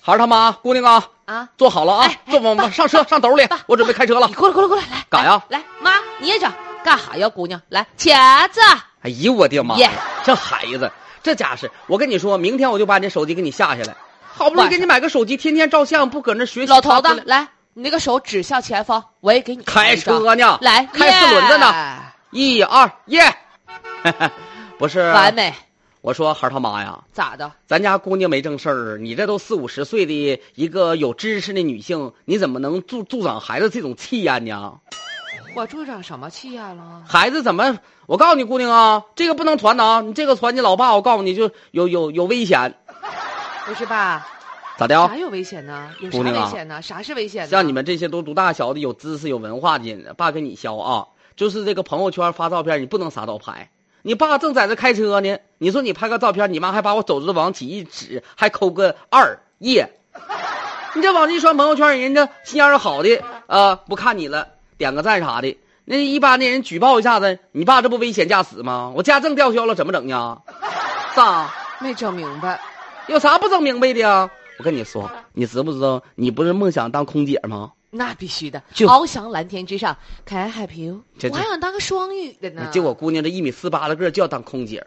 孩儿他妈，姑娘啊，啊！坐好了啊哎，哎坐往往上车上斗里爸，我准备开车了你。过来过来过来，来干呀？来，妈你也整，干哈呀，姑娘？来，茄子，哎呦我的妈耶！这孩子，这家是，我跟你说，明天我就把你这手机给你下下来。好不容易给你买个手机，天天照相，不搁那学习。老头发子哎挥了，来，你那个手指向前方，我也给你开一张车呢，来，开四轮子呢，呢，一二耶！ 不是，啊完美，我说孩儿他妈呀，咋的？咱家姑娘没正事儿，你这都四五十岁的一个有知识的女性，你怎么能助助长孩子这种气啊焰呢？我助长什么气焰了？孩子怎么？我告诉你，姑娘啊，这个不能传的啊！你这个传你老爸，我告诉你就有有有危险，不是吧？咋的啊啥？有危险呢？有啥姑娘啊危险呢？啥是危险呢？像你们这些都读大小的、有知识、有文化的人，爸跟你削啊！就是这个朋友圈发照片，你不能啥都拍。你爸正在这开车呢，你说你拍个照片，你妈还把我走之往起一指，还扣个二耶。 你这往这一传朋友圈，人家心眼儿好的啊、呃不看你了，点个赞啥的。那一般的人举报一下子，你爸这不危险驾驶吗？我驾证吊销了，怎么整呀？爸，没整明白。有啥不整明白的呀？我跟你说，你知不知道，你不是梦想当空姐吗？那必须的，就翱翔蓝天之上，凯爱海平。这我这还想当个双语的呢。就我姑娘这一米四八的个儿，就要当空姐儿。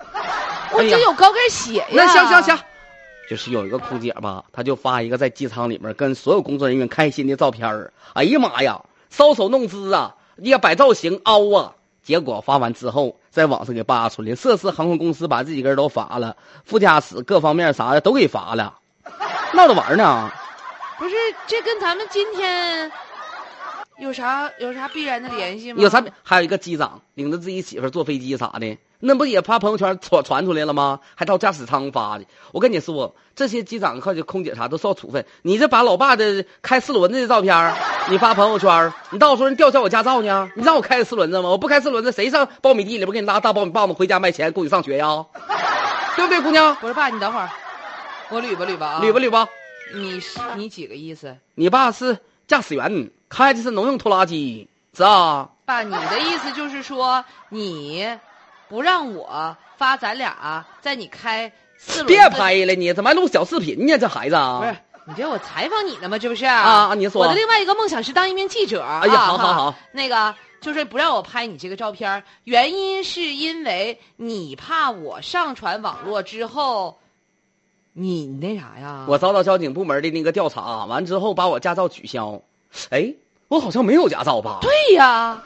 我哎呀这有高跟鞋哎呀。那行行行，，就是有一个空姐吧，她就发一个在机舱里面跟所有工作人员开心的照片儿。哎呀妈呀，搔首弄姿啊，也摆造型凹啊。结果发完之后，在网上给扒出来，涉事航空公司把这几个人都罚了，副驾驶各方面啥的都给罚了，闹着玩儿呢。不是这跟咱们今天有啥有啥必然的联系吗？有啥？还有一个机长领着自己媳妇儿坐飞机啥的，那不也发朋友圈传传出来了吗？还到驾驶舱发的。我跟你说，这些机长靠这空姐啥都受处分。你这把老爸的开四轮子的照片儿，你发朋友圈儿，你到时候人吊销我驾照呢？你让我开四轮子吗？我不开四轮子，谁上苞米地里边给你拉大苞米棒子回家卖钱供你上学呀？ 对不对，姑娘？不是爸，你等会儿，我捋吧捋吧啊。捋吧捋吧，你是你几个意思？你爸是驾驶员，开的是农用拖拉机，是啊。爸，你的意思就是说你不让我发咱俩在你开四轮别子拍了你，怎么还录小视频呢？这孩子啊不是，你这我采访你呢吗？这不是啊啊你说我的另外一个梦想是当一名记者。哎呀好好好，那个就是不让我拍你这个照片儿，原因是因为你怕我上传网络之后，你你那啥呀？我遭到交警部门的那个调查，啊完之后把我驾照取消。哎，我好像没有驾照吧？对呀，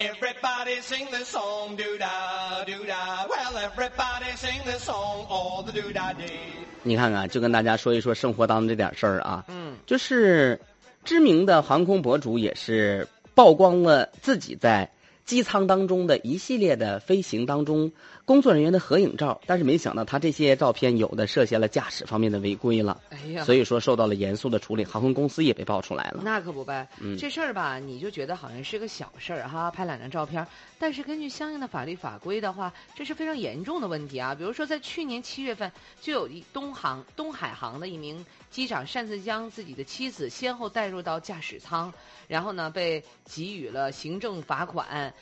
Everybody sing this song, do da, do da. Well, everybody sing this song all the do da day. 你看看，就跟大家说一说生活当中这点事儿啊，嗯，就是知名的航空博主也是曝光了自己在机舱当中的一系列的飞行当中工作人员的合影照，但是没想到他这些照片有的涉嫌了驾驶方面的违规了，哎呀，所以说受到了严肃的处理，航空公司也被爆出来了。那可不呗，嗯这事儿吧，你就觉得好像是个小事儿哈，拍两张照片儿。但是根据相应的法律法规的话，这是非常严重的问题啊。比如说，在去年七月份，就有一东航东海航的一名机长擅自将自己的妻子先后带入到驾驶舱，然后呢被给予了行政罚款。